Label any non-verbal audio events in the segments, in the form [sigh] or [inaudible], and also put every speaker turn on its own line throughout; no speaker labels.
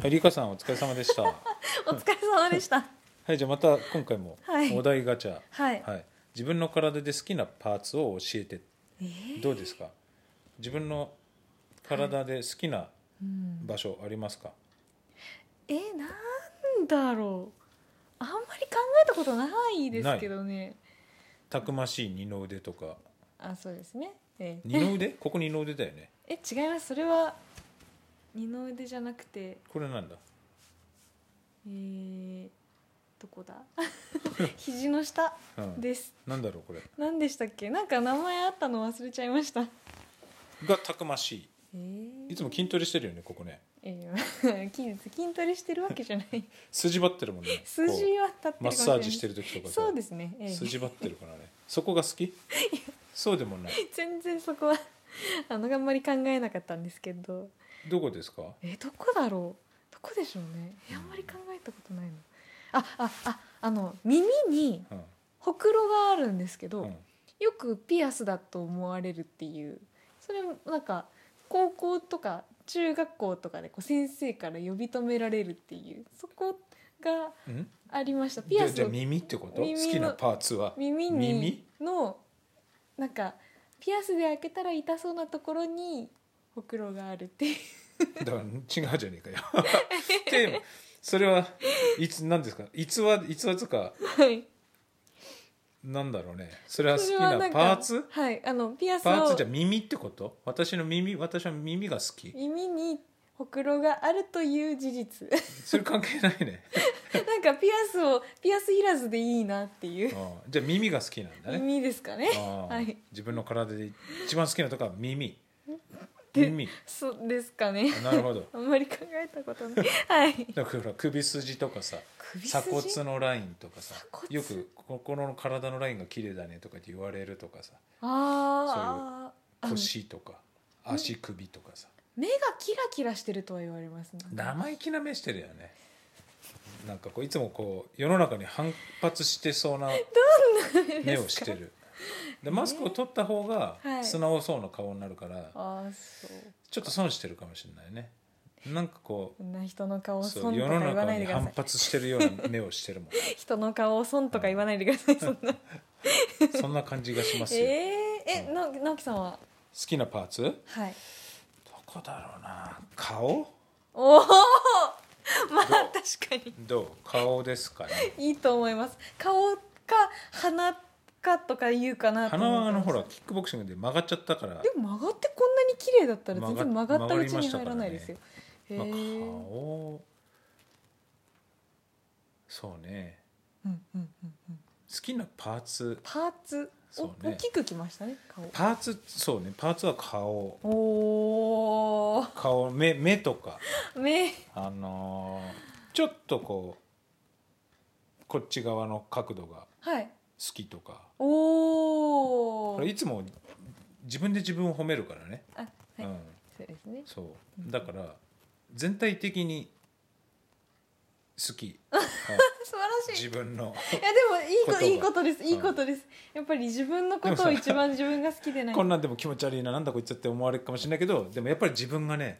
はい、リカさんお疲れ様で
[laughs]
した。は
お疲れ様で [laughs] した。
い、じゃあまた今回も
はい
お題ガチャ、は
はい
い。自分の体で好きなパーツを教えて
え
どうですか。自分の体で好きな
うん
場所ありますか。
えなんだろう。あんまり考えたことないですけどね。
たくましい二の腕とか。
あ、そうですね。え
二の腕？ここ二の腕だよね。
え、違います。それは二の腕じゃなくて、
これなんだ。
えー、どこだ？ [laughs] 肘の下
うん。
です。
なんだろうこれ。
何でしたっけ？なんか名前あったの忘れちゃいました。
がたくまし
え
い。い
ー、
つも筋トレしてるよねここね。
えー、 [laughs] 筋筋トレしてるわけじゃない。
筋張ってるもんね。こう
筋は立ってるか
マ
も
ッ
しれな
サ
い。
ージしてる時とかさ
そうですね。ええ
筋張ってるからね。そこが好
[laughs]
き？そうでもない。
全然そこはあのあんまり考えなかったんですけど
どこですか？
えどこだろうどこでしょうねえあんまり考えたことないのああああの耳に
うん。
ほくろがあるんですけど、
うん
よくピアスだと思われるっていうそれもなんか高校とか中学校とかでこう先生から呼び止められるっていうそこが
うん、
ありました
じ
ピ
ゃ
ア
あ
ス
じゃあ
を
耳ってこと好
耳の
きなパーツは
耳に
耳
のなんかピアスで開けたら痛そうなところにほくろがあるってい
だ
う
から違うじゃね
[laughs]
えかよテーマそれはいつ何ですか逸話逸話つうか
はい
なんだろうねそれは好き
それは
な
んか
パーツ
はいあのピアス
パーツ
を
じゃ耳ってこと私の耳私は耳が好き
耳にほくろがあるという
[laughs]
事実
それ関係ない
[laughs]
ね
なんかピアスをピアスいらずでいいなっていう
うんじゃあ耳が好きなんだね
耳ですかね
あー
はい
自分の体で一番好きなとこは耳
で
耳
そうですかね
なるほど
あんまり考えたことないはい
だからほら首筋とかさ
首
鎖骨
筋
のラインとかさ
鎖骨
よくここの体のラインが綺麗だねとかって言われるとかさ
あーあの
腰とか足首とかさ
目がキラキラしてるとは言われますね
生意気な目してるよねなんかこういつもこう世の中に反発してそう
[laughs]
な目をしてるでマスクを取った方が
はい
素直そうな顔になるから
[laughs] ああそう
ちょっと損してるかもしれないねなんかこ
こんな人の顔
う
を
そ
損
う
と
世
か
の
言わ
中
な
に
いでくだ
反
さい
発してるような目をしてるもん
人の顔を損とか言わないでく
[laughs]
ださいそんな
そんな感じがしますよ、
[laughs] えー、えな直樹さんは
好きなパーツど
はい
こだろうな顔
おお [laughs] まあ
どう
確かに
どう顔ですかね
いいと思います顔か鼻かとか言うかなと
鼻
思っ
はあ
て
の
ました
ほらキックボクシングで曲がっちゃったから
でも曲がってこんなに綺麗だったら
曲
全
がっ
然曲がったう
曲が
ち
りま
に
したか
入
ら
ら
ね
ないですよ、へ
まあ、
え、
顔そうね
うんうんうんうん、
好きなパーツ
パーツお、
そうね
大きくきましたね顔
パーツそうねパーツは顔
おお
顔目目とか
目
あのーちょっとこうこっち側の角度が好
はい
きとか
お
こ
お
れいつも自分で自分を褒めるからね、
あは
う
い、
ん、
そうですね
そう
うん
だから全体的に好き
[laughs] 素晴らしい
自分
[laughs]
の
いやでもいい
こと
こ
が
いいことです
ん
いいことです、やっぱり自分のこと
で
を
もさ
一番自分が好きでない
こんなんでも気持ち悪いななんだこいつって思われるかもしれないけどでもやっぱり自分がね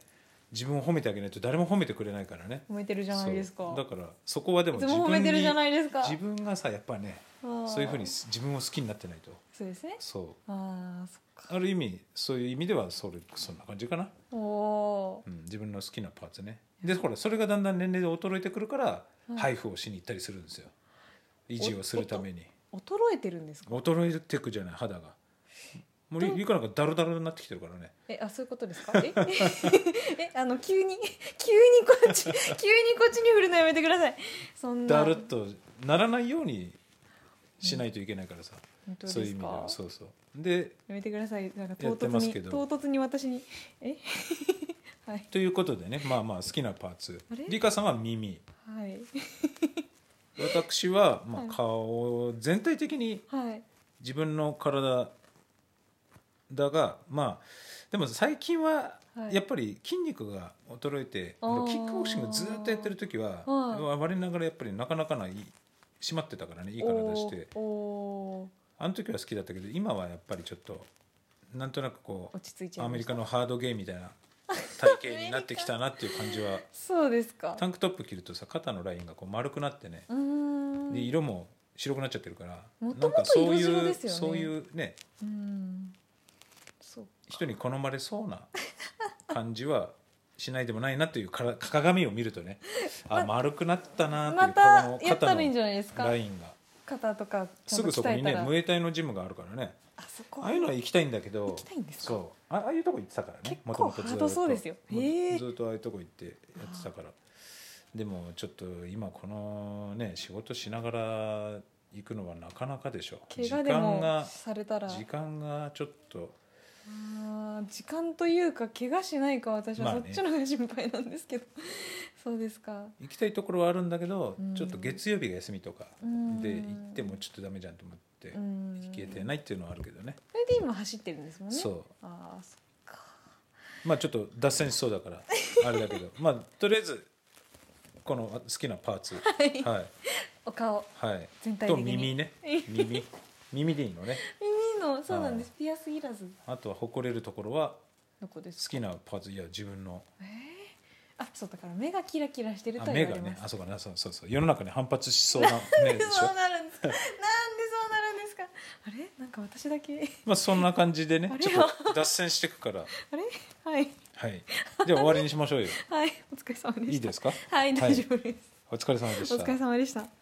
自分を褒めてあげないと誰も褒めてくれないからね
褒めてるじゃないです
そ
か
うだからそこはでも
いつも褒めてるじゃないですか
自分がさやっぱね
そ
そういうふうに自分を好きになってないと
そうですね
そ
ああそっか
うある意味そういう意味ではそれそんな感じかな、
おお
うん、自分の好きなパーツねでほらそれがだんだん年齢で衰えてくるから
うん
配布をしに行ったりするんですよ維持をするために
ー衰えてるんですか
衰えてくじゃない肌がもう
どう
リカなんかダルダルになってきてるからね
えあそういうことですかえ [laughs] えあの急に [laughs] 急にこ
[laughs]
っち急にこっちに振るのやめてくださいそんな
だるっとならないようにしないといけないからさ、
本当です
そ
か
ういう意味ではそうそうで
やめてくださいなんか
や
唐
って
突
ます
に
けど
唐突に私にえ [laughs] はい
ということでねまあまあ好きなパーツ
あれ
リカさんは耳
はい
私はま
はい
あ顔全体的に
はい
自分の体だがまあでも最近は
はい
やっぱり筋肉が衰えて、
あー
キックボクシングずっとやってる時は、
は
我ながらやっぱりなかなかない締まってたからねいい体して
おーお
あの時は好きだったけど今はやっぱりちょっとなんとなくこう
ー落ち着いちゃいました
アメリカのハードゲイみたいな体型になってきたなっていう感じは
そうですか
タンクトップ着るとさ肩のラインがこう丸くなってね
うーん
で色も白くなっちゃってるからな
もと
ん
もと
かそう
色
い
白
う
ですよね
そういうね
うーんそう
人に好まれそうな感じはしないでもないなというから [laughs] 鏡を見るとねあ丸くなったなってい
ま
う
た
この
やった
肩
らいいんじ
の
ゃないですか
ラインが
肩とかちゃ
す
んと
ぐそこ
鍛
に
えた
ね
ら
ムエタイのジムがあるからね
あそこ
ああいうのは行きたいんだけど
行きたいんですか
そうあああいうとこ行ってたからね
結構
元々ずっと
ハードそうですよ
もう
へえ
ずっとああいうとこ行ってやってたからでもちょっと今このね仕事しながら行くのはなかなかでしょ
怪我
時
で
間
も
が
されたら
時間がちょっと
あー時間というか怪我しないか私は
ま
そ
あ
っ
ね
ちの方が心配なんですけど、 [laughs] そうですか
行きたいところはあるんだけど、
うん
ちょっと月曜日が休みとか
うん
で行ってもちょっとダメじゃんと思って
うん
行けてないっていうのはあるけどね、
それで今走ってるんですもんね
そう
あーそっか
まあちょっと脱線しそうだから
[laughs]
あれだけどまあとりあえずこの好きなパーツ
い
はい
お顔
はい、
全体
と
的に
耳ね耳耳でいいのね
耳のそうなんで
は
すピアスいらず
あとは誇れるところは
の子です
好きなパーツいや自分の
あそうだから目がキラキラしてる
あ
とは
目
言わ
が
れ
ね
ます
あそうかなそうそうそう世の中に反発し
[laughs]
そうな目
なん
で
で
しょ
そうなるんですかなんでそうなるんですかあれなんか私だけ
まあそんな感じでね
あれ
ちょっと脱線していくから
あれはい
はいじゃあ終わりにしましょうよ
はいお疲れ様でした
いいですか
はい大丈夫です、
お疲れ様でした
お疲れ様でした